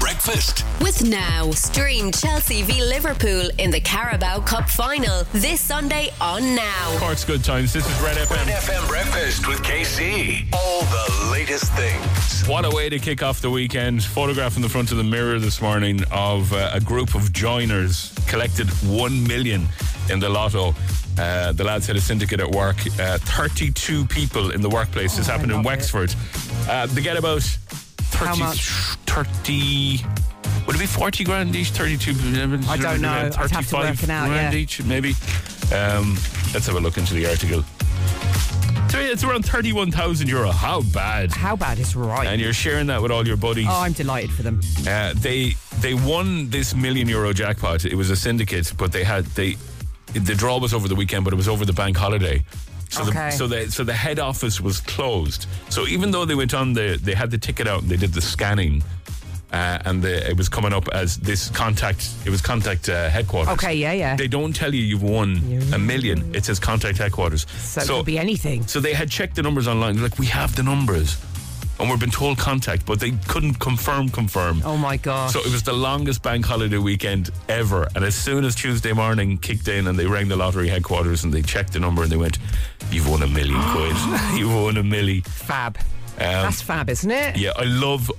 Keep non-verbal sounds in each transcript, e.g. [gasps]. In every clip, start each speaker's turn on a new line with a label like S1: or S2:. S1: Breakfast.
S2: With Now, stream Chelsea v Liverpool in the Carabao Cup final this Sunday on Now.
S3: Courts Good Times. This is Red
S1: Red
S3: FM.
S1: FM Breakfast with KC. All the latest things.
S3: What a way to kick off the weekend. Photograph in the front of the mirror this morning of uh, a group of joiners collected 1 million in the lotto. Uh, the lads had a syndicate at work. Uh, 32 people in the workplace. this happened in Wexford. Uh, they get about 30,
S4: much?
S3: 30 would it be 40 grand each? 32?
S4: I don't know. I'd have to work it out,
S3: grand
S4: yeah.
S3: each, maybe. Um, let's have a look into the article. So yeah, it's around 31,000 euro. How bad?
S4: How bad is right?
S3: and you're sharing that with all your buddies.
S4: oh, I'm delighted for them.
S3: Uh, they they won this million euro jackpot. It was a syndicate, but they had they the draw was over the weekend, but it was over the bank holiday. So the
S4: Okay.
S3: so the so the head office was closed. So even though they went on the they had the ticket out and they did the scanning. Uh, and the, it was coming up as this contact. It was contact uh, headquarters.
S4: Okay, yeah, yeah.
S3: They don't tell you you've won a million. It says contact headquarters.
S4: So, it could be anything.
S3: So they had checked the numbers online. They're like, we have the numbers. And we've been told contact, but they couldn't confirm, confirm.
S4: Oh my god.
S3: So it was the longest bank holiday weekend ever. And as soon as Tuesday morning kicked in and they rang the lottery headquarters and they checked the number and they went, You've won
S4: [gasps]
S3: a million quid. You've won a milli.
S4: fab. That's fab, isn't it?
S3: Um, Yeah, I love,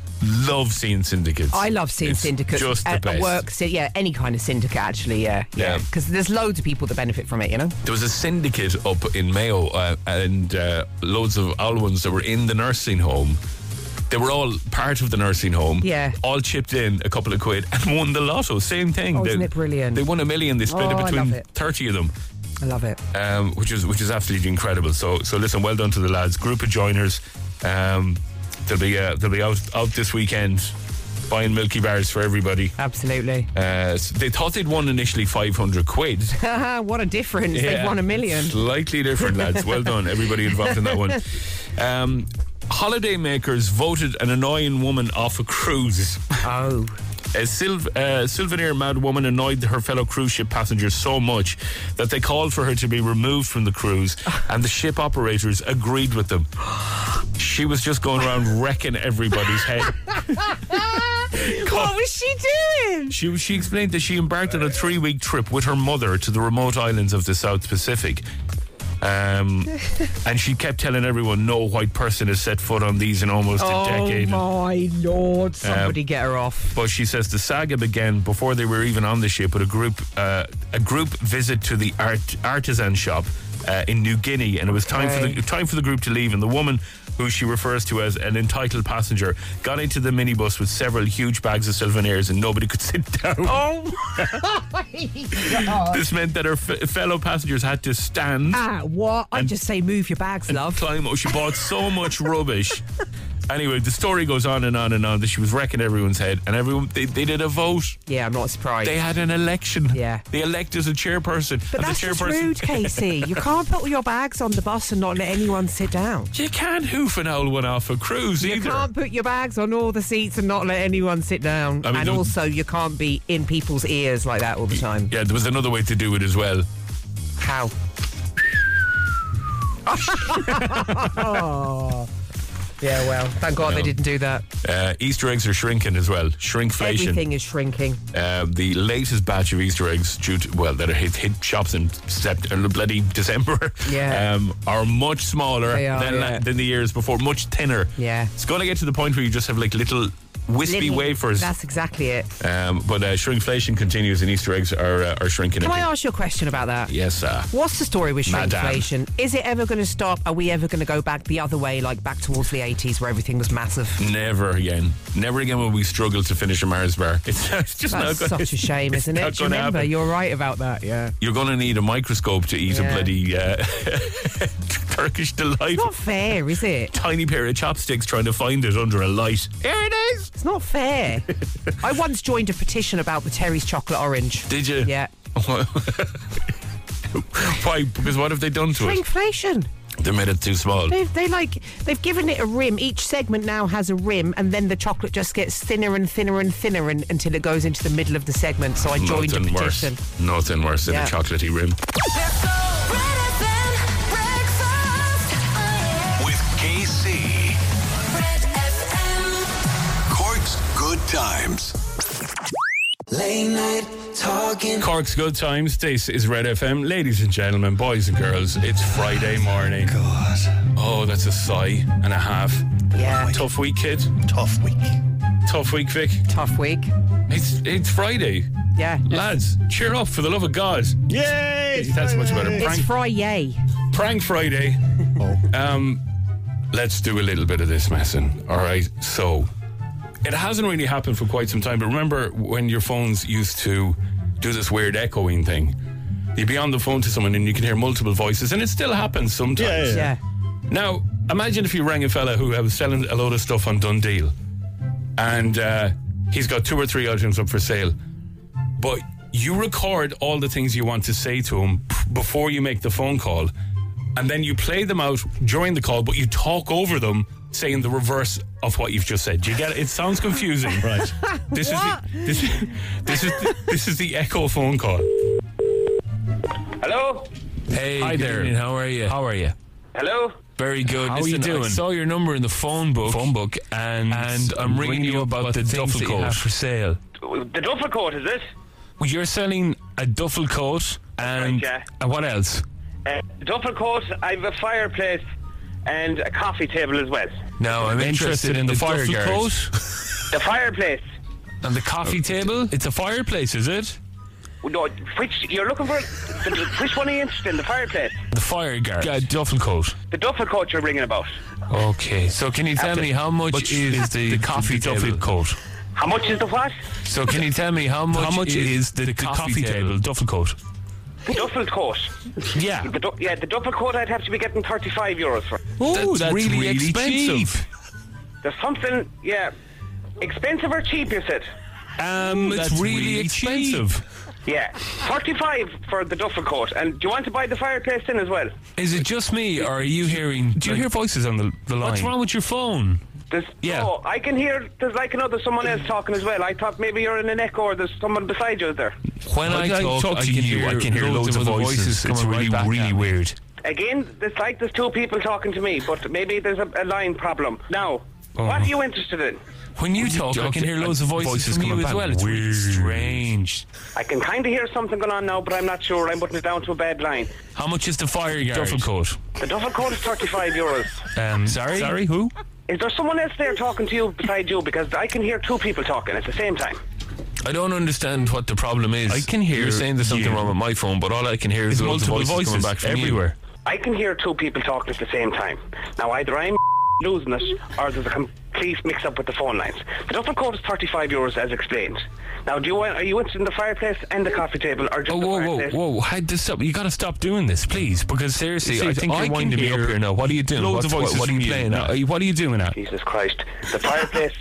S3: love seeing syndicates.
S4: I love seeing
S3: It's
S4: syndicates
S3: Just the
S4: at,
S3: best.
S4: at work. So yeah, any kind of syndicate, actually. Yeah,
S3: Yeah.
S4: Because there's loads of people that benefit from it. You know.
S3: There was a syndicate up in Mayo uh, and uh, loads of Alwans that were in the nursing home. They were all part of the nursing home.
S4: Yeah.
S3: All chipped in a couple of quid and won the lotto. Same thing.
S4: Oh,
S3: they,
S4: isn't it brilliant?
S3: They won a million. They split
S4: Oh, I
S3: it
S4: love
S3: between
S4: it.
S3: 30 of them.
S4: I love it.
S3: um, which is which is absolutely incredible. So so listen, well done to the lads, group of joiners. Um, they'll be uh, they'll be out out this weekend buying Milky Bars for everybody.
S4: Absolutely. [laughs]
S3: Uh, s- they thought they'd won initially five hundred quid.
S4: what a difference.
S3: Yeah.
S4: They've won a million.
S3: Slightly different,
S4: [laughs]
S3: lads. Well done, everybody involved in that one. Um, holidaymakers voted an annoying woman off a cruise.
S4: Oh.
S3: A Sylv- uh, souvenir mad woman annoyed her fellow cruise ship passengers so much that they called for her to be removed from the cruise, and the ship operators agreed with them. She was just going around wrecking everybody's head.
S4: What was she doing?
S3: She, she explained that she embarked on a three week trip with her mother to the remote islands of the South Pacific. Um, and she kept telling everyone no white person has set foot on these in almost a
S4: Oh
S3: decade. Um,
S4: my lord! Somebody get her off.
S3: [laughs] But she says the saga began before they were even on the ship with a group uh, a group visit to the art, artisan shop uh, in New Guinea, and it was time for the
S4: Okay.
S3: time for the group to leave. And the woman, who she refers to as an entitled passenger, got into the minibus with several huge bags of souvenirs, and nobody could [laughs] sit down.
S4: Oh my god!
S3: This meant that her f- fellow passengers had to stand.
S4: [laughs] Ah, what? I just say move your bags, love.
S3: Climb. Oh, she bought so much
S4: [laughs]
S3: rubbish. Anyway, the story goes on and on and on that she was wrecking everyone's head, and everyone they, they did a vote.
S4: Yeah, I'm not surprised.
S3: They had an election.
S4: Yeah.
S3: They elected a chairperson.
S4: but
S3: and
S4: that's
S3: the
S4: just
S3: chairperson.
S4: rude, Casey.
S3: [laughs]
S4: You can't put all your bags on the bus and not let anyone sit down.
S3: You can't hoof an owl one off a cruise
S4: You
S3: either.
S4: can't put your bags on all the seats and not let anyone sit down.
S3: I mean,
S4: and
S3: don't-
S4: also, you can't be in people's ears like that all the time.
S3: Yeah, there was another way to do it as well. [laughs]
S4: How? Yeah, well, thank God they didn't do that.
S3: Uh, Easter eggs are shrinking as well. Shrinkflation.
S4: Everything is shrinking.
S3: Uh, the latest batch of Easter eggs, due to, well, that hit, hit shops in sept- uh, bloody December,
S4: Yeah.
S3: [laughs] um, are much smaller
S4: They are,
S3: than, la-
S4: yeah.
S3: than the years before, much thinner.
S4: Yeah.
S3: It's going to get to the point where you just have like little wispy
S4: Little-
S3: wafers.
S4: That's exactly it.
S3: Um, but uh, shrinkflation continues and Easter eggs are, uh, are shrinking.
S4: Can I
S3: again.
S4: ask you a question about that?
S3: Yes, sir.
S4: What's the story with
S3: Madam.
S4: shrinkflation? Is it ever going to stop? Are we ever going to go back the other way, like back towards the 80s where everything was massive?
S3: Never again. Never again will we struggle to finish a Mars bar. [laughs] It's, it's just
S4: That's
S3: not gonna, [laughs]
S4: such a shame,
S3: it's
S4: isn't
S3: not
S4: it? Do you
S3: gonna
S4: remember?
S3: happen.
S4: You're right about that, yeah.
S3: You're going to need a microscope to eat a
S4: Yeah.
S3: bloody uh, [laughs] Turkish delight.
S4: Not fair, is it?
S3: Tiny pair of chopsticks trying to find it under a light. Here it is.
S4: It's not
S3: [laughs]
S4: fair. I once joined a petition about the Terry's chocolate orange.
S3: Did you?
S4: Yeah.
S3: Why? Because what have they done to
S4: Shrinkflation.
S3: it? They made it too small.
S4: They, they like they've given it a rim. Each segment now has a rim, and then the chocolate just gets thinner and thinner and thinner and, until it goes into the middle of the segment. So I joined
S3: Nothing
S4: a
S3: worse.
S4: petition.
S3: Nothing worse than
S4: Yeah.
S3: a chocolatey rim.
S5: Red FM Breakfast. Oh,
S1: With KC.
S5: yeah. Red FM.
S1: Cork's Good Times.
S6: Late night talking.
S3: Cork's Good Times. This is Red FM. Ladies and gentlemen, boys and girls, it's Friday morning.
S7: God,
S3: Oh, that's a sigh and a half.
S4: Yeah,
S3: Tough week, kid.
S7: tough week.
S3: Tough week, Vic.
S4: tough week.
S3: It's it's Friday.
S4: Yeah.
S3: Lads, cheer up for the love of God.
S7: Yay!
S3: That's much better.
S4: It's
S3: Prank,
S4: Friday.
S3: prank Friday.
S7: Oh.
S3: Um, let's do a little bit of this messing. All right. So it hasn't really happened for quite some time, but remember when your phones used to do this weird echoing thing? You'd be on the phone to someone and you could hear multiple voices, and it still happens sometimes.
S7: Yeah, yeah.
S4: Yeah.
S3: Now, imagine if you rang a fella who was selling a load of stuff on Dundeal and uh, he's got two or three items up for sale, but you record all the things you want to say to him p- before you make the phone call, and then you play them out during the call, but you talk over them saying the reverse of what you've just said. Do you get it? It sounds
S8: [laughs]
S3: confusing.
S7: Right.
S3: This is the, this, this is the, this is the echo phone call.
S9: Hello?
S8: Hey,
S3: Hi
S8: good
S3: there.
S8: evening. How are you? How are you?
S9: Hello?
S8: Very good.
S3: How are you
S8: Listen, I
S3: doing?
S8: saw your number in the phone book.
S3: Phone book, and
S8: and I'm ringing you about, the
S3: things
S8: duffel
S3: that you
S8: coat
S3: have
S8: for sale.
S9: The duffel coat, is it?
S8: Well, you're selling a duffel coat and
S9: Right, yeah.
S8: and what else?
S9: Uh, duffel coat, I have a fireplace and a coffee table as well.
S8: No, I'm interested, in the,
S3: fire
S8: duffel
S3: guard.
S8: coat
S9: The fireplace.
S8: and the coffee table. It's a fireplace, is it?
S9: Oh, No, which you're looking for? the- which one are you interested in? The fireplace,
S8: The fire guard. Yeah, duffel coat.
S9: the duffel coat you're ringing about.
S8: Okay. So can you tell
S9: After-
S8: me how much
S3: Which
S8: is, the, coffee duffel coat?
S9: How much is the what?
S8: So can you tell me how much,
S3: How much is
S8: the, coffee, table? duffel coat?
S9: duffel coat.
S8: Yeah.
S9: The du- yeah, the duffel coat I'd have to be getting 35 euros for.
S8: Oh,
S3: that's really expensive.
S9: There's something, yeah, expensive or cheap, you said?
S8: Um, it's
S3: That's
S8: really,
S3: really
S8: expensive.
S9: Yeah, 35 for the duffel coat. And do you want to buy the fireplace in as well?
S8: Is it just me, or are you hearing?
S3: Do you hear voices on the, the line?
S8: What's wrong with your phone?
S9: There's,
S8: Yeah.
S9: Oh, I can hear. There's like another someone else talking as well. I thought maybe you're in an echo or there's someone beside you there.
S8: When I, talk, I can hear, I can hear loads, of, other voices.
S3: It's
S8: coming
S3: really,
S8: right back
S3: really
S8: at me.
S3: weird.
S9: Again, it's like there's two people talking to me, but maybe there's a, a line problem. Now, what are you interested in?
S8: When you talk, I can hear loads of voices, from
S3: coming
S8: you as
S3: back.
S8: well. It's really
S3: Weird.
S8: strange.
S9: I can kind of hear something going on now, but I'm not sure. I'm putting it down to a bad line.
S8: How much is the fire guard?
S3: Duffel
S8: coat.
S9: The duffel coat is 35 euros.
S8: Um, sorry, sorry, who?
S9: Is there someone else there talking to you beside you? Because I can hear two people talking at the same time.
S8: I don't understand what the problem is. I can hear. You're saying there's something wrong with my phone, but all I can hear is
S3: There's
S8: loads of
S3: multiple
S8: voices, coming
S3: voices
S8: back from
S3: everywhere.
S9: I can hear two people talking at the same time. Now, either I'm [laughs] losing it or there's a complete mix up with the phone lines. The duffel coat is 35 euros as explained. Now, do you want, are you interested in the fireplace and the coffee table or just
S8: Oh,
S9: the
S8: whoa, whoa,
S9: fireplace?
S8: whoa! How to stop? You got to stop doing this, please, because seriously,
S3: See,
S8: I think
S3: I
S8: you're
S3: can
S8: winding me up
S3: hear
S8: here now. What are you doing?
S3: loads of
S8: What's-
S3: voices
S8: what, what are you
S3: from you.
S8: playing? at? Are you- What are you doing at?
S9: Jesus Christ. The fireplace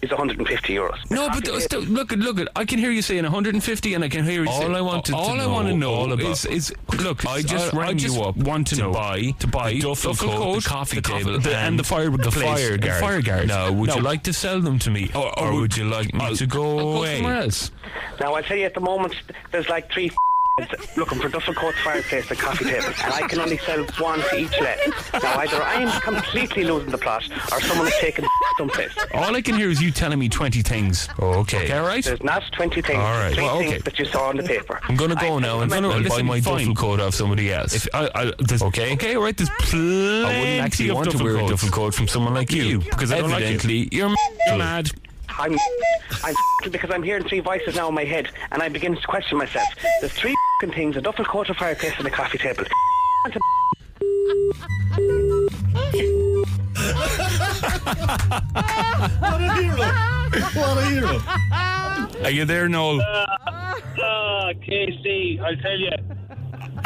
S9: is 150 euros.
S8: No, but th- st- look at look at. I can hear you saying 150, and I can hear you.
S3: All
S8: saying,
S3: I wanted
S8: all
S3: to
S8: I want to
S3: know, all
S8: know
S3: about-
S8: is, is look.
S3: I just
S8: I, I
S3: rang
S8: just
S3: you up
S8: Want to,
S3: to
S8: know
S3: buy
S8: to buy
S3: the duffel coat, the coffee table,
S8: the-
S3: and the fire-
S8: the
S3: place,
S8: fire
S3: and
S8: guard.
S3: fire guard.
S8: Now, would you
S3: Now-
S8: like to sell them to me, or, or would, you like me
S3: I'll-
S8: to go
S3: I'll go
S8: away?
S3: somewhere
S8: else.
S9: Now, I'll tell you at the moment, there's like three [laughs] looking for duffel coats, fireplace and coffee tables, and I can only sell one to each lad. Now, either I'm completely losing the plot or someone has taken [laughs] someplace.
S8: All I can hear is you telling me 20 things. Okay. all right.
S9: There's not 20 things,
S8: All right.
S9: three
S8: Well,
S9: things
S8: okay.
S9: that you saw on the paper.
S8: I'm gonna go
S9: I-
S8: now and
S9: I'm
S8: I'll
S3: listen,
S8: buy my
S3: fine.
S8: duffel coat off somebody else.
S3: If I, I, there's-
S8: Okay.
S3: Okay, all right. There's plenty
S8: I wouldn't actually
S3: of
S8: want to
S3: duffel
S8: wear
S3: coats.
S8: a duffel coat from someone like you,
S3: You,
S8: because I don't
S3: evidently,
S8: like you. You're,
S3: You're mad.
S9: I'm, I'm [laughs] because I'm hearing three voices now in my head, and I'm beginning to question myself. There's three [laughs] things: a duffel coat, a fireplace, and a coffee table.
S7: What a hero! What a hero!
S3: Are you there, Noel?
S10: Ah, KC, I'll tell you.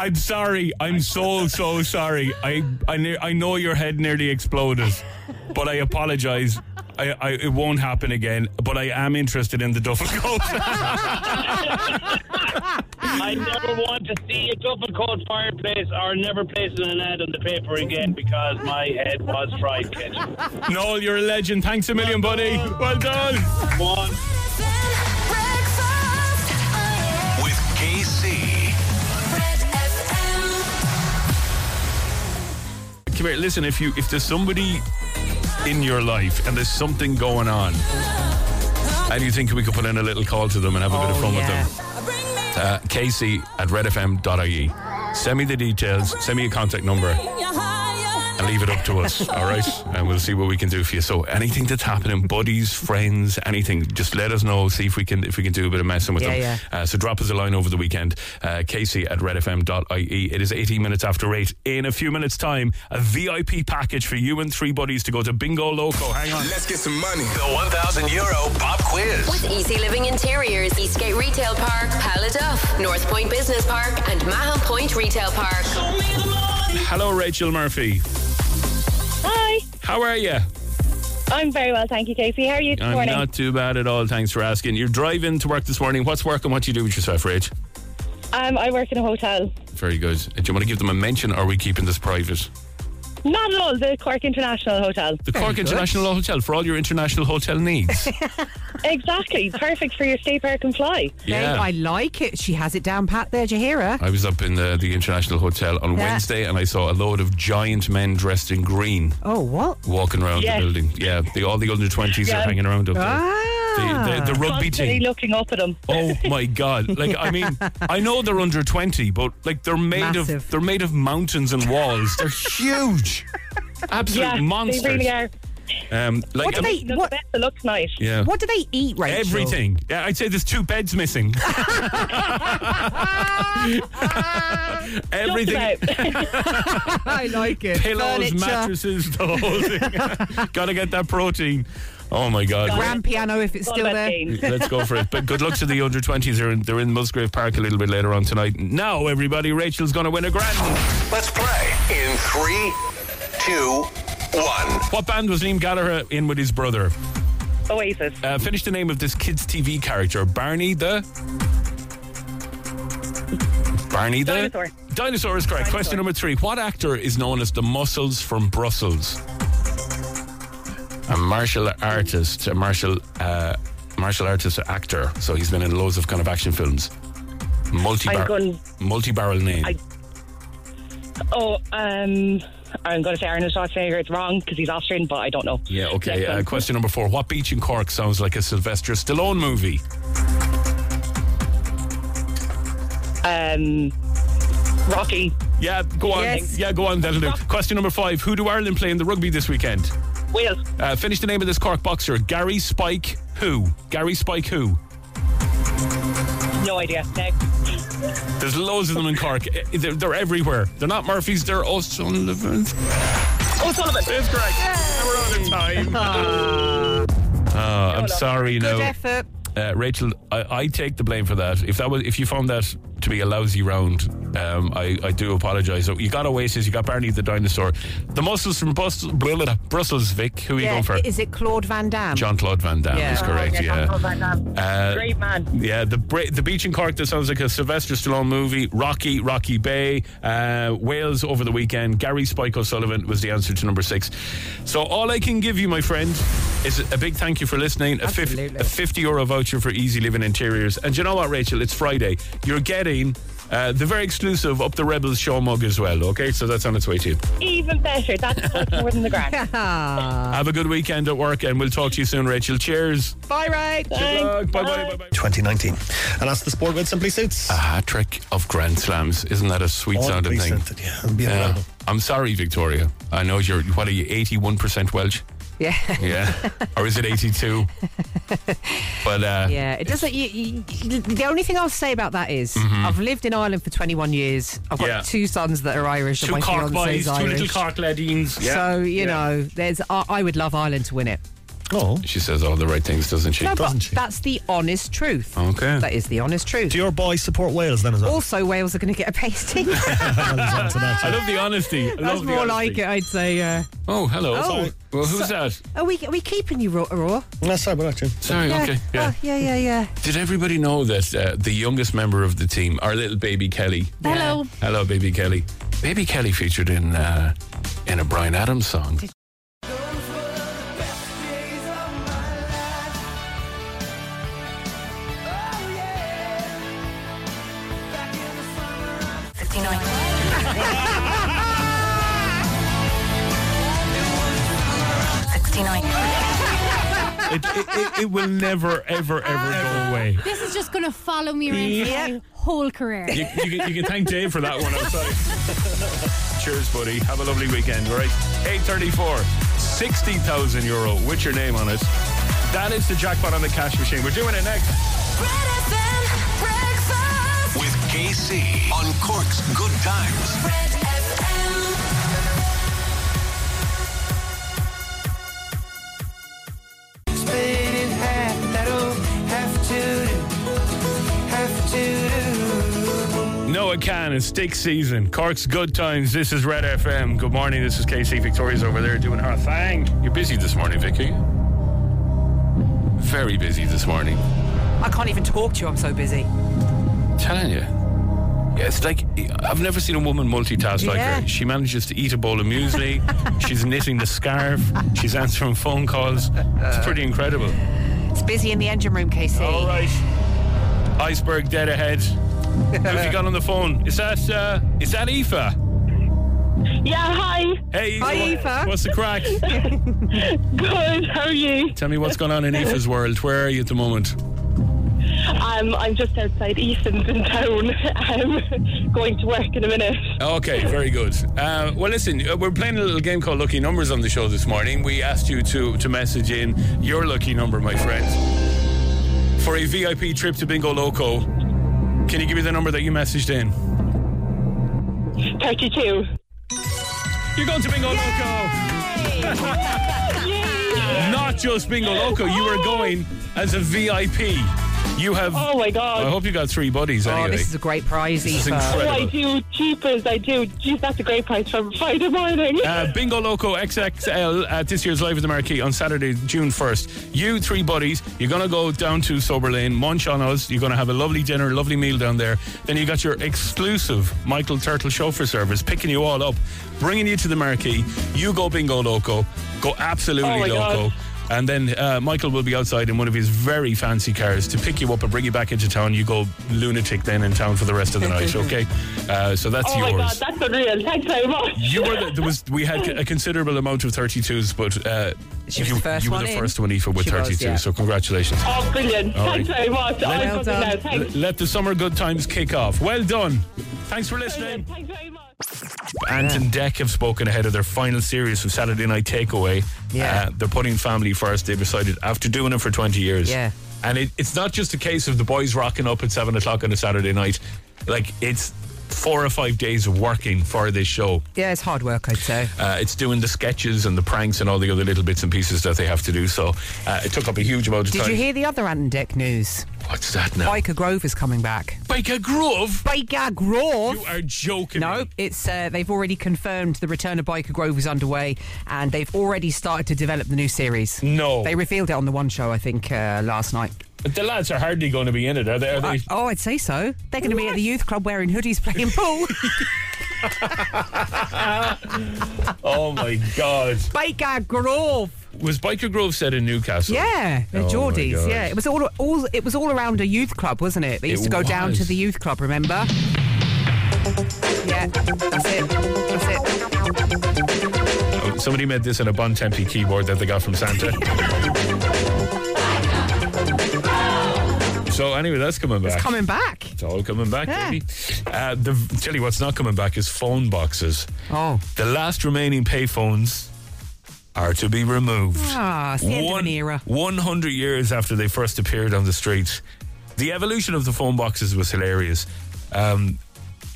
S3: I'm sorry. I'm so so sorry. I I, ne- I know your head nearly exploded, but I apologize. I, I it won't happen again. But I am interested in the duffel coat.
S10: I never want to see a duffel coat fireplace or never placing an ad on the paper again because my head was fried, kid.
S3: [laughs] Noel, you're a legend. Thanks a million, buddy. Well done.
S10: Come on.
S5: breakfast. I
S1: With KC.
S5: am Red FM.
S3: Come here, listen, if you if there's somebody in your life and there's something going on and you think we could put in a little call to them and have a bit of
S4: Oh,
S3: fun
S4: yeah.
S3: with them. Uh, Casey at redfm.ie. E. Send me the details, send me your contact number, and leave it up to us, all right? And we'll see what we can do for you. So anything that's happening, buddies, friends, anything, just let us know. See if we can if we can do a bit of messing with
S4: Yeah,
S3: them.
S4: yeah.
S3: Uh, so drop us a line over the weekend. Uh, Casey at redfm.ie. It is 18 minutes after 8. In a few minutes' time, a VIP package for you and three buddies to go to Bingo Loco. Hang on.
S1: Let's get some money. The 1,000 euro pop quiz.
S2: With Easy Living Interiors, Eastgate Retail Park, Paladuff, North Point Business Park, and Mahon Point Retail Park.
S3: Hello, Rachel Murphy.
S11: Hi,
S3: How are you?
S11: I'm very well, thank you, Casey. How are you this
S3: I'm
S11: morning?
S3: not too bad at all. Thanks for asking. You're driving to work this morning. What's work and what do you do with yourself, Rach?
S11: Um, I work in a hotel.
S3: Very good. Do you want to give them a mention or are we keeping this private?
S11: Not at all, the Cork International Hotel.
S3: The Cork International Hotel for all your international hotel
S11: [laughs]
S3: needs.
S11: Exactly, perfect for your stay, park, and fly.
S3: Yeah.
S4: I like it. She has it down pat there. Do you hear her?
S3: I was up in the, the International Hotel on
S4: Yeah.
S3: Wednesday and I saw a load of giant men dressed in green
S4: Oh, what?
S3: walking around
S11: Yes.
S3: the building. Yeah, the, all the under 20s are
S11: Yeah.
S3: hanging around up there.
S4: Ah.
S3: The, the, the rugby
S11: Constantly
S3: team.
S11: looking up at them.
S3: Oh my god! Like I mean, I know they're under twenty, but like they're made of
S4: Massive.
S3: they're made of mountains and walls. They're huge, absolute
S11: yeah,
S3: monsters.
S11: they really are.
S3: Um, like
S4: What do
S3: I
S4: they-
S3: mean,
S11: They're
S4: What-
S11: the best that looks nice.
S3: [laughs] Yeah.
S4: What do they eat, Rachel?
S3: Everything. Yeah, I'd say there's two
S11: [laughs]
S3: beds missing.
S11: Just
S3: Everything.
S11: about.
S4: [laughs] I like it.
S3: Pillows,
S4: Furniture,
S3: mattresses, [laughs] the whole thing. Gotta get that protein. Oh my god.
S4: grand piano if it's
S11: All
S4: still
S11: about
S4: there.
S11: games.
S3: Let's go for it. But good luck to the under 20s. They're in, they're in Musgrave Park a little bit later on tonight. Now, everybody, Rachel's going to win a grand.
S1: Let's play in three, two, one.
S3: What band was Liam Gallagher in with his brother?
S11: Oasis.
S3: Uh, finish the name of this kids' TV character, Barney the. Barney the.
S11: Dinosaur.
S3: Dinosaur is correct. Question number three. What actor is known as the Muscles from Brussels? A martial artist, a martial uh, martial artist actor. So he's been in loads of kind of action films. Multi
S11: I'm going-
S3: multi-barrel name.
S11: I- Oh, um, I'm going to say Arnold Schwarzenegger. It's wrong because he's Austrian, but I don't know.
S3: yeah, okay.
S11: Next
S3: Uh,
S11: one.
S3: question number four. What beach in Cork sounds like a Sylvester Stallone movie?
S11: Um, Rocky,
S3: Yeah, go on.
S4: Yes.
S3: Yeah, go on. That'll do. Question number five: Who do Ireland play in the rugby this weekend?
S11: Wales,
S3: Uh, finish the name of this Cork boxer: Gary Spike. Who? Gary Spike. Who?
S11: no idea. Next.
S3: There's loads of them in Cork. Eh, They're, they're everywhere. They're not Murphys. They're O'Sullivan's.
S11: O'Sullivan.
S3: It's correct. We're out of time.
S4: [laughs]
S3: Oh, I'm sorry.
S4: Good
S3: No,
S4: effort.
S3: uh, Rachel, I, I take the blame for that. If that was, if you found that to be a lousy round, um, I, I do apologise. So you got Oasis, you got Barney the Dinosaur, the muscles from Brus- Brussels. Vic, who are you
S4: Yeah,
S3: going for?
S4: Is it Claude Van Damme?
S3: John Claude Van Damme
S4: Yeah.
S3: is
S4: Oh,
S3: correct. yeah. Uh,
S11: Great man.
S3: Yeah, the bra- the beach in Cork that sounds like a Sylvester Stallone movie. Rocky, Rocky Bay, uh, Wales over the weekend. Gary Spike O'Sullivan was the answer to number six. So all I can give you, my friend, is a big thank you for listening. A, fif-
S4: Absolutely.
S3: a fifty euro voucher for Easy Living Interiors. And you know what, Rachel? It's Friday. You're getting. Uh, the very exclusive Up the Rebels show mug as well, okay? So that's on its way to you.
S11: Even better. That's worth more than the grand.
S3: Have a good weekend at work and we'll talk to you soon, Rachel. Cheers.
S4: Bye, Ray.
S11: Thanks.
S3: Bye bye. Bye bye.
S7: 2019. And that's the sport with Simply Suits.
S3: a hat trick of Grand Slams. Isn't that a sweet sounding thing?
S7: Scented, yeah, it'd be
S3: Yeah.
S7: incredible.
S3: I'm sorry, Victoria. I know you're, what are you, 81% Welsh?
S4: Yeah. [laughs]
S7: [laughs]
S3: Yeah. or is it 82? but, uh,
S4: Yeah, it doesn't. You, you, you- the only thing I'll say about that is I've lived in Ireland for 21 years. I've got
S3: Mm-hmm. Yeah.
S4: two sons that are Irish,
S3: two
S4: and my
S3: Cork
S4: fiance's
S3: boys, two
S4: Irish.
S3: little Cork laddies.
S4: So you know, there's. I, I would love Ireland to win it.
S7: Oh.
S3: She says all the right things, doesn't she?
S4: No,
S7: doesn't
S4: but
S7: she?
S4: that's the honest truth.
S3: Okay.
S4: that is the honest truth.
S7: Do your boys support Wales then as well?
S4: also, Wales are going to get a
S3: [laughs]
S4: pasting.
S7: Well, there's answer that,
S3: I love the honesty. I
S4: That's
S3: love the
S4: more like
S3: honesty.
S4: it, I'd say. Uh,
S3: Oh, hello.
S4: Oh.
S3: Sorry. Well, who's that?
S4: are we are we keeping you raw? raw?
S7: yeah. No, sorry about that, Jim.
S3: Sorry, okay. Yeah.
S4: Oh, yeah, yeah, yeah.
S3: Did everybody know that uh, the youngest member of the team, our little baby Kelly?
S4: Hello.
S3: Hello, baby Kelly. Baby Kelly featured in uh, in a Brian Adams song. [laughs] It, it, it, it will never, ever, ever go away.
S12: This is just going to follow me around
S3: Yeah.
S12: for my whole career.
S3: You, you, can, you can thank Dave for that one outside. [laughs] Cheers, buddy. Have a lovely weekend, all right? 834, 60,000 euro with your name on it. That is the jackpot on the cash machine. We're doing it next.
S1: With KC on Cork's Good Times.
S6: Split in half, that'll have to do, have to do.
S3: Noah Can, it's stick season. Cork's good times. This is Red FM. Good morning. This is KC. Victoria's over there doing her thing. You're busy this morning, Vicky. Very busy this morning.
S4: I can't even talk to you. I'm so busy.
S3: Telling you. Yeah, it's like I've never seen a woman multitask like
S4: Yeah.
S3: her. She manages to eat a bowl of
S13: [laughs]
S3: muesli. she's knitting the scarf. She's answering phone calls. It's pretty incredible.
S4: It's busy in the engine room, Casey. All
S3: right. Iceberg dead ahead. Who have
S13: [laughs]
S3: you got on the phone? Is that uh, is that Aoife?
S13: Yeah, hi.
S3: Hey,
S13: Hi,
S3: what-
S13: Aoife.
S3: What's the crack?
S13: Good. How are you?
S3: Tell me what's going on in Aoife's world. Where are you at the moment?
S13: Um, I'm just outside Easton's in town. [laughs] I'm going to work in a minute.
S3: Okay, very good. Uh, well, listen, uh, we're playing a little game called Lucky Numbers on the show this morning. We asked you to, to message in your lucky number, my friends, for a VIP trip to Bingo Loco. Can you give me the number that you messaged in?
S13: 32.
S3: You're going to
S4: [laughs]
S3: Bingo Loco! [laughs] Not just Bingo Loco, you are going as a VIP. You have. Oh
S13: my god!
S3: I hope you got three buddies.
S4: Oh,
S3: anyway.
S4: this is a great prize,
S3: This is
S4: Aoife.
S13: Oh, I
S3: incredible.
S13: do. Cheapers, I do. Jeez, that's a great price for Friday morning.
S3: Uh, Bingo Loco XXL at uh, this year's Live at the Marquee on Saturday, June 1st. You three buddies, you're going to go down to Sober Lane, munch on us. You're going to have a lovely dinner, lovely meal down there. Then you got your exclusive Michael Turtle chauffeur service picking you all up, bringing you to the Marquee. You go Bingo Loco, go
S13: Oh my
S3: absolutely
S13: God.
S3: loco. And then uh, Michael will be outside in one of his very fancy cars to pick you up and bring you back into town. You go lunatic then in town for the rest of the
S13: [laughs]
S3: night, okay? Uh, so that's
S13: oh
S3: yours.
S13: my god, that's unreal. Thanks very much.
S3: You were the, there was we had a considerable amount of 32s, but uh,
S13: was
S3: you,
S13: the first
S3: you were
S13: one
S3: the
S13: in.
S3: first one, Aoife, with
S13: She was,
S3: 32.
S13: yeah.
S3: So congratulations.
S13: [laughs] Oh, brilliant.
S3: All
S13: Thanks
S3: right.
S13: very much.
S3: Let-
S13: Always something else. Thanks.
S3: L- Let the summer good times kick off. Well done. Thanks for listening.
S13: Thanks very much.
S3: Ant and Deck have spoken ahead of their final series of Saturday Night Takeaway.
S13: Yeah.
S3: Uh, they're putting family first. They've decided after doing it for 20 years.
S13: Yeah.
S3: And it, it's not just a case of the boys rocking up at 7 o'clock on a Saturday night. Like, it's four or five days of working for this show.
S4: Yeah, it's hard work, I'd say.
S3: Uh, it's doing the sketches and the pranks and all the other little bits and pieces that they have to do. So uh, it took up a huge amount of
S4: Did
S3: time.
S4: you hear the other Ant and Deck news?
S3: What's that now?
S4: Biker Grove is coming back.
S3: Baker Grove?
S4: Baker Grove?
S3: You are joking.
S4: No, it's uh, they've already confirmed the return of Biker Grove is underway and they've already started to develop the new series.
S3: No.
S4: They revealed it on the one show, I think, uh, last night.
S3: the lads are hardly going to be in it, are they? Are [laughs] they?
S4: Oh, I'd say so. They're going to be at the youth club wearing hoodies playing
S3: [laughs]
S4: pool.
S3: oh my God!
S4: Baker Grove.
S3: Was Biker Grove set in Newcastle?
S4: Yeah, they're
S3: Oh my
S4: Geordies.
S3: God.
S4: Yeah, it was all, all it was all around a youth club, wasn't it? They used
S3: It
S4: to go down
S3: was.
S4: to the youth club. Remember? Yeah, that's it. That's it.
S3: Oh, Somebody made this on a Bon Tempe keyboard that they got from [laughs] Santa. so anyway, that's coming back.
S4: It's coming back.
S3: It's all coming back,
S4: Yeah.
S3: baby. Uh, the, tell you what's not coming back is phone boxes.
S4: Oh.
S3: The last remaining payphones are to be removed.
S4: Ah, it's the end of an era.
S3: 100 years after they first appeared on the streets. The evolution of the phone boxes was hilarious. Um,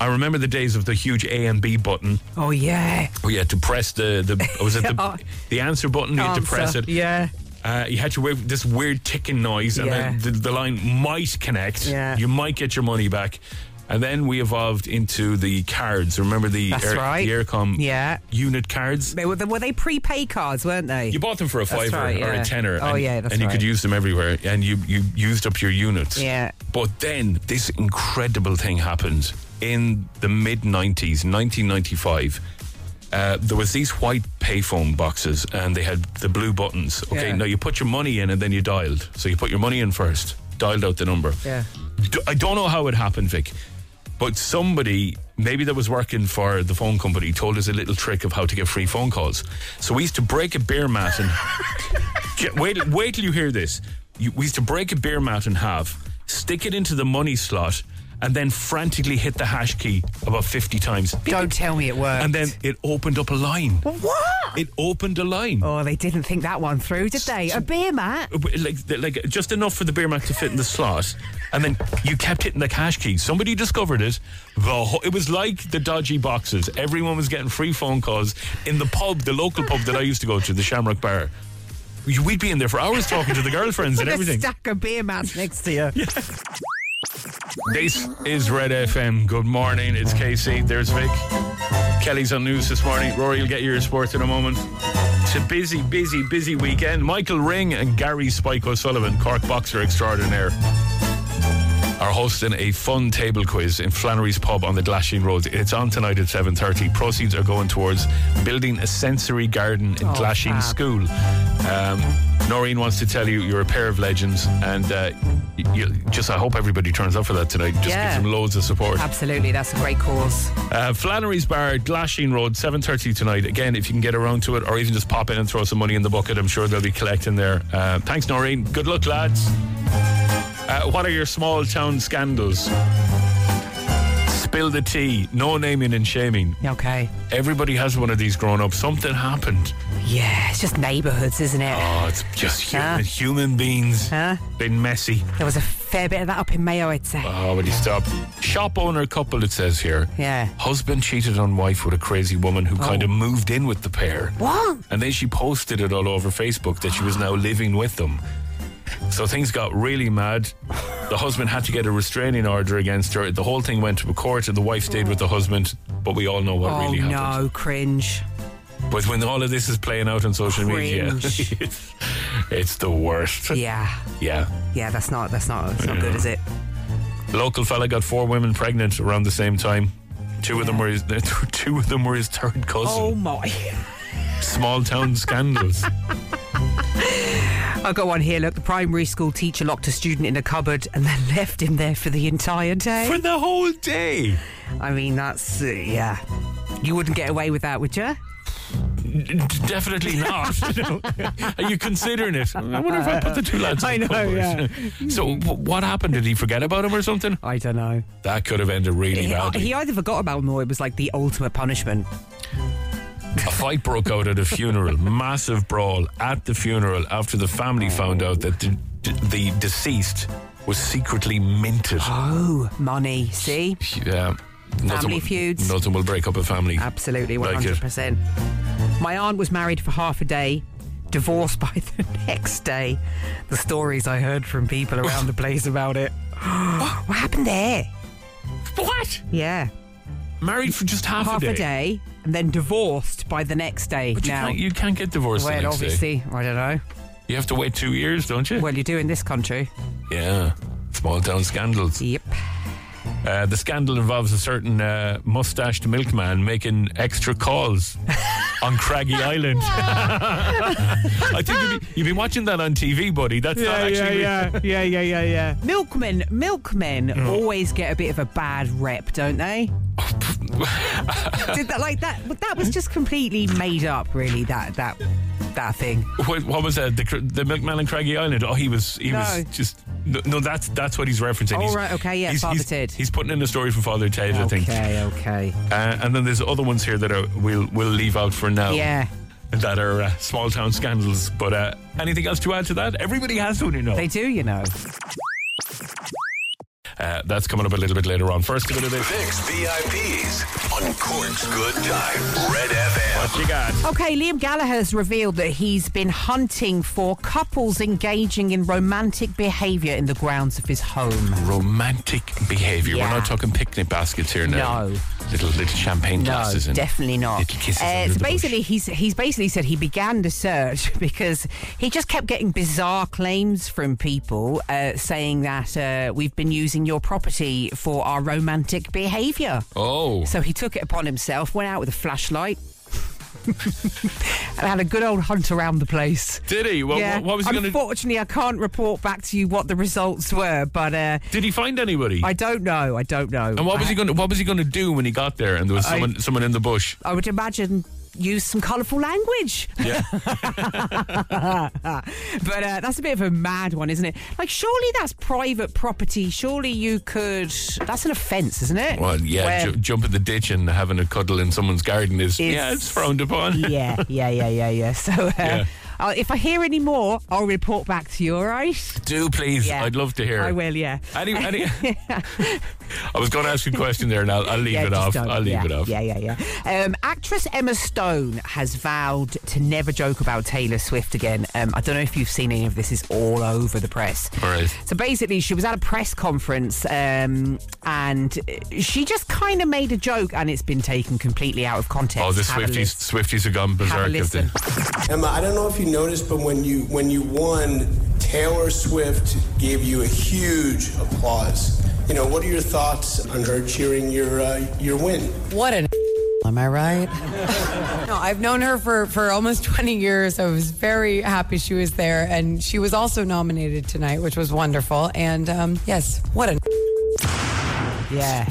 S3: I remember the days of the huge A and B button.
S4: Oh yeah.
S3: Oh, you had to press the the was it the,
S4: [laughs] Oh.
S3: the answer button? You had to press
S4: Answer.
S3: it.
S4: Yeah.
S3: Uh, you had to wait this weird ticking noise, and
S4: Yeah.
S3: then the, the line might connect.
S4: Yeah.
S3: You might get your money back. And then we evolved into the cards. Remember the,
S4: That's
S3: air,
S4: right.
S3: the Aircom
S4: Yeah.
S3: unit cards?
S4: They were, they, were they prepay cards, weren't they?
S3: You bought them for a
S4: That's
S3: fiver
S4: right,
S3: or
S4: yeah.
S3: a tenner.
S4: Oh
S3: and,
S4: yeah, that's
S3: And you
S4: right.
S3: could use them everywhere, and you, you used up your units.
S4: Yeah.
S3: But then this incredible thing happened in the mid 90s, 1995. Uh, there was these white payphone boxes and they had the blue buttons. Okay,
S13: Yeah.
S3: now you put your money in and then you dialed. So you put your money in first, dialed out the number.
S13: Yeah.
S3: D- I don't know how it happened, Vic, But somebody, maybe that was working for the phone company, told us a little trick of how to get free phone calls. So we used to break a beer mat and [laughs] J- wait, wait till you hear this. You, we used to break a beer mat in half, stick it into the money slot, and then frantically hit the hash key about fifty times.
S4: Don't tell me it worked.
S3: And then it opened up a line.
S4: What?
S3: It opened a line.
S4: Oh, they didn't think that one through, did they? A beer mat?
S3: like like just enough for the beer mat to fit in the slot, and then you kept hitting the cash key. Somebody discovered it. The whole, it was like the dodgy boxes. Everyone was getting free phone calls in the pub, the local pub that I used to go to, the Shamrock Bar. You- We'd be in there for hours talking to the girlfriends and
S4: With
S3: everything.
S4: A stack of beer
S3: [laughs]
S4: mats next to you.
S3: This is Red FM. Good morning. It's Casey. There's Vic. Kelly's on news this morning. Rory, you'll get your sports in a moment. It's a busy, busy, busy weekend. Michael Ring and Gary Spike O'Sullivan, Cork boxer extraordinaire, are hosting a fun table quiz in Flannery's Pub on the Glasheen Road. It's on tonight at 7.30. Proceeds are going towards building a sensory garden in
S8: Oh,
S3: Glasheen
S8: fab.
S3: School. Um, Noreen wants to tell you you're a pair of legends, and uh, y- you, just I hope everybody turns up for that tonight. Just
S4: Yeah.
S3: give them loads of support.
S4: Absolutely, that's a great cause.
S3: Uh, Flannery's Bar, Glasheen Road, 7.30 tonight. Again, if you can get around to it or even just pop in and throw some money in the bucket, I'm sure they'll be collecting there. Uh, thanks, Noreen. Good luck, lads. Uh, what are your small town scandals? Spill the tea, no naming and shaming.
S4: Okay.
S3: Everybody has one of these growing up. Something happened.
S4: Yeah, it's just neighbourhoods, isn't it?
S3: Oh, it's just human,
S4: Huh?
S3: human beings.
S4: Huh?
S3: Been messy.
S4: There was a fair bit of that up in Mayo, I'd say.
S3: Oh, would you stop? Shop owner couple, it says here.
S4: Yeah. Oh.
S3: Husband cheated on wife with a crazy woman who kind of moved in with the pair.
S4: What?
S3: And then she posted it all over Facebook that she was now living with them. So things got really mad. The husband had to get a restraining order against her. The whole thing went to court, and the wife stayed with the husband. But we all know what
S4: oh
S3: really happened.
S4: no, cringe.
S3: But when all of this is playing out on social media,
S4: Cringe.
S3: [laughs] it's, it's the worst.
S4: Yeah.
S3: Yeah.
S4: Yeah, that's not that's not that's not
S3: Yeah.
S4: good, is it?
S3: Local fella got four women pregnant around the same time. Two of them were his, [laughs] two of them were his third cousin.
S4: Oh [laughs] my.
S3: Small
S4: [laughs]
S3: town scandals.
S4: I've got one here. Look, the primary school teacher locked a student in a cupboard and then [laughs] left him there for the entire day. For
S3: the whole day.
S4: I mean, that's uh, yeah. You wouldn't get away with that, would you?
S3: Definitely not.
S4: [laughs]
S3: Are you considering it? I wonder if I put the two lads.
S4: Uh, I
S3: in the
S4: know,
S3: cupboard. [laughs] so w- what happened? Did he forget about him or something?
S4: I don't know.
S3: That could have ended really
S4: He,
S3: badly.
S4: he either forgot about him or it was like the ultimate punishment.
S3: A fight broke out at a funeral, massive brawl at the funeral after the family found out that the, the deceased was secretly minted.
S4: Oh, money. See?
S3: Yeah.
S4: Family
S3: will-
S4: feuds.
S3: Nothing will break up a family.
S4: Absolutely,
S3: Like uh, it.
S4: 100%. My aunt was married for half a day, divorced [laughs] by the next day. The stories I heard from people
S3: [laughs]
S4: around the place about it. [gasps] what happened there?
S3: What?
S4: Yeah.
S3: Married for just half a
S4: half
S3: day?
S4: a day and then divorced by the next day.
S3: But you
S4: now,
S3: can't- you can't get divorced the
S4: Well,
S3: next day.
S4: obviously, I don't know.
S3: You have to wait two years, don't you?
S4: Well, you do in this country.
S3: Yeah. Small town scandals.
S4: Yep.
S3: Uh, the scandal involves a certain uh, mustached milkman making extra
S4: [laughs]
S3: calls on Craggy Island. [laughs] I think you've been, you've been watching that on TV, buddy. That's not actually.
S4: yeah, yeah, yeah, yeah. Milkmen, milkmen
S3: Mm.
S4: always get a bit of a bad rep, don't
S3: [laughs]
S4: they? Did that like that? But that was just completely made up, really. That that that thing.
S3: What, what was that? The, cr- the milkman on Craggy Island? Oh, he was he
S4: No.
S3: was just no, no. That's that's what he's referencing.
S4: Oh,
S3: he's,
S4: right, okay, yeah,
S3: he's,
S4: Father
S3: he's,
S4: Ted.
S3: He's putting in a story from Father Ted, I think.
S4: Okay, okay.
S3: Uh, and then there's other ones here that are, we'll we'll leave out for now.
S4: Yeah.
S3: That are uh, small town scandals. But uh, anything else to add to that? Everybody has one, you know.
S4: They do, you know.
S3: Uh, that's coming up a little bit later on. First, a bit of this.
S1: Fix VIPs on Cork's Good Time. Red FM.
S3: What you got?
S4: Okay, Liam Gallagher's revealed that he's been hunting for couples engaging in romantic behaviour in the grounds of his home.
S3: Romantic behaviour.
S4: Yeah.
S3: We're not talking picnic baskets here now.
S4: No.
S3: Little little champagne glasses and
S4: definitely not.
S3: Little kisses.
S4: Uh, so
S3: under the bush.
S4: basically, he's he's basically said he began the search [laughs] because he just kept getting bizarre claims from people uh, saying that uh, we've been using your property for our romantic behaviour.
S3: Oh.
S4: So he took it upon himself, went out with a flashlight, and had a good old hunt around the place.
S3: Did he? Well,
S4: yeah.
S3: what, what was he going to?
S4: Unfortunately, I can't report back to you what the results were, but uh,
S3: Did he find anybody?
S4: I don't know. I don't know.
S3: and what was he going? to What was he going to do when he got there? And there was
S4: I-
S3: someone, someone in the bush.
S4: I would imagine use some colourful language.
S3: Yeah.
S4: but uh, that's a bit of a mad one, isn't it? Like, surely that's private property. Surely you could. That's an offence, isn't it?
S3: [laughs] Well, yeah,
S4: Where-
S3: ju- jump in the ditch and having a cuddle in someone's garden is yeah, it's frowned upon.
S4: yeah, yeah, yeah, yeah, yeah. So, uh,
S3: Yeah.
S4: uh, if I hear any more, I'll report back to you. All right?
S3: [laughs] Do please,
S4: Yeah.
S3: I'd love to hear.
S4: I
S3: it.
S4: will. Yeah.
S3: Any, any,
S4: [laughs]
S3: I was going to ask you a question there, and I'll, I'll leave
S4: Yeah,
S3: it
S4: just
S3: off.
S4: don't.
S3: I'll leave
S4: Yeah,
S3: it off.
S4: Yeah, yeah, yeah. Um, actress Emma Stone has vowed to never joke about Taylor Swift again. Um, I don't know if you've seen any of this; it's all over the press.
S3: All right.
S4: So basically, she was at a press conference, um, and she just kind of made a joke, and it's been taken completely out of context.
S3: Oh, the
S4: Have a
S3: Swifties,
S4: listen.
S3: Swifties have gone berserk. if they-
S14: Emma, I don't know if you noticed, but when you when you won, Taylor Swift gave you a huge applause. You know, what are your thoughts on her cheering your uh, your win?
S15: What an am I right? no, I've known her for, for almost [laughs] 20 years. I was very happy she was there, and she was also nominated tonight, which was wonderful. And um, yes, what an
S4: yeah.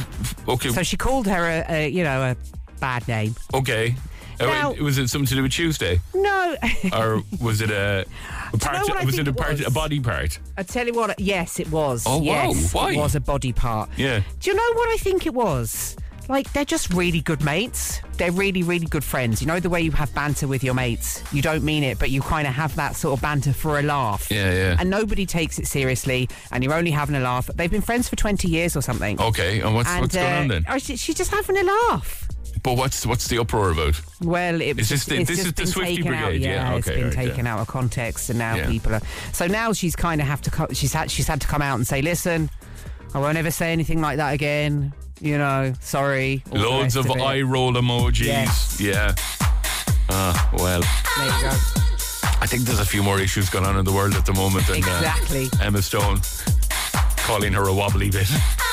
S3: Okay.
S4: So she called her a, a you know a bad name.
S3: Okay. Oh,
S4: Now-
S3: wait, was it something to do with Tuesday,
S4: No. [laughs]
S3: or was it a, a part?
S4: what I
S3: was
S4: think
S3: it a
S4: it
S3: part?
S4: was?
S3: A body part?
S4: I tell you what, yes, it was.
S3: Oh, wow,
S4: yes,
S3: why?
S4: It was a body part.
S3: Yeah.
S4: Do you know what I think it was? Like, they're just really good mates. They're really, really good friends. You know the way you have banter with your mates? You don't mean it, but you kind of have that sort of banter for a laugh.
S3: Yeah, yeah.
S4: And nobody takes it seriously, and you're only having a laugh. They've been friends for 20 years or something.
S3: Okay, and Oh, what's- what's going on then?
S4: oh, she- She's just having a laugh.
S3: But what's what's the uproar about?
S4: Well, it was
S3: Is this
S4: just,
S3: the-
S4: it's
S3: this
S4: just
S3: is the
S4: been
S3: Swiftie
S4: taken Out,
S3: Brigade,
S4: yeah,
S3: yeah,
S4: it's
S3: okay,
S4: been
S3: right,
S4: taken
S3: yeah.
S4: out of context, and now
S3: Yeah.
S4: people are. So now she's kind of have to. Co- she's had she's had to come out and say, "Listen, I won't ever say anything like that again." You know, sorry. all the
S3: Loads
S4: rest
S3: of
S4: it.
S3: eye roll emojis.
S4: Yes.
S3: Yeah. Ah, well.
S4: There
S3: [laughs]
S4: you go.
S3: I think there's a few more issues going on in the world at the moment than
S4: Exactly.
S3: uh, Emma Stone calling her a wobbly bit. [laughs]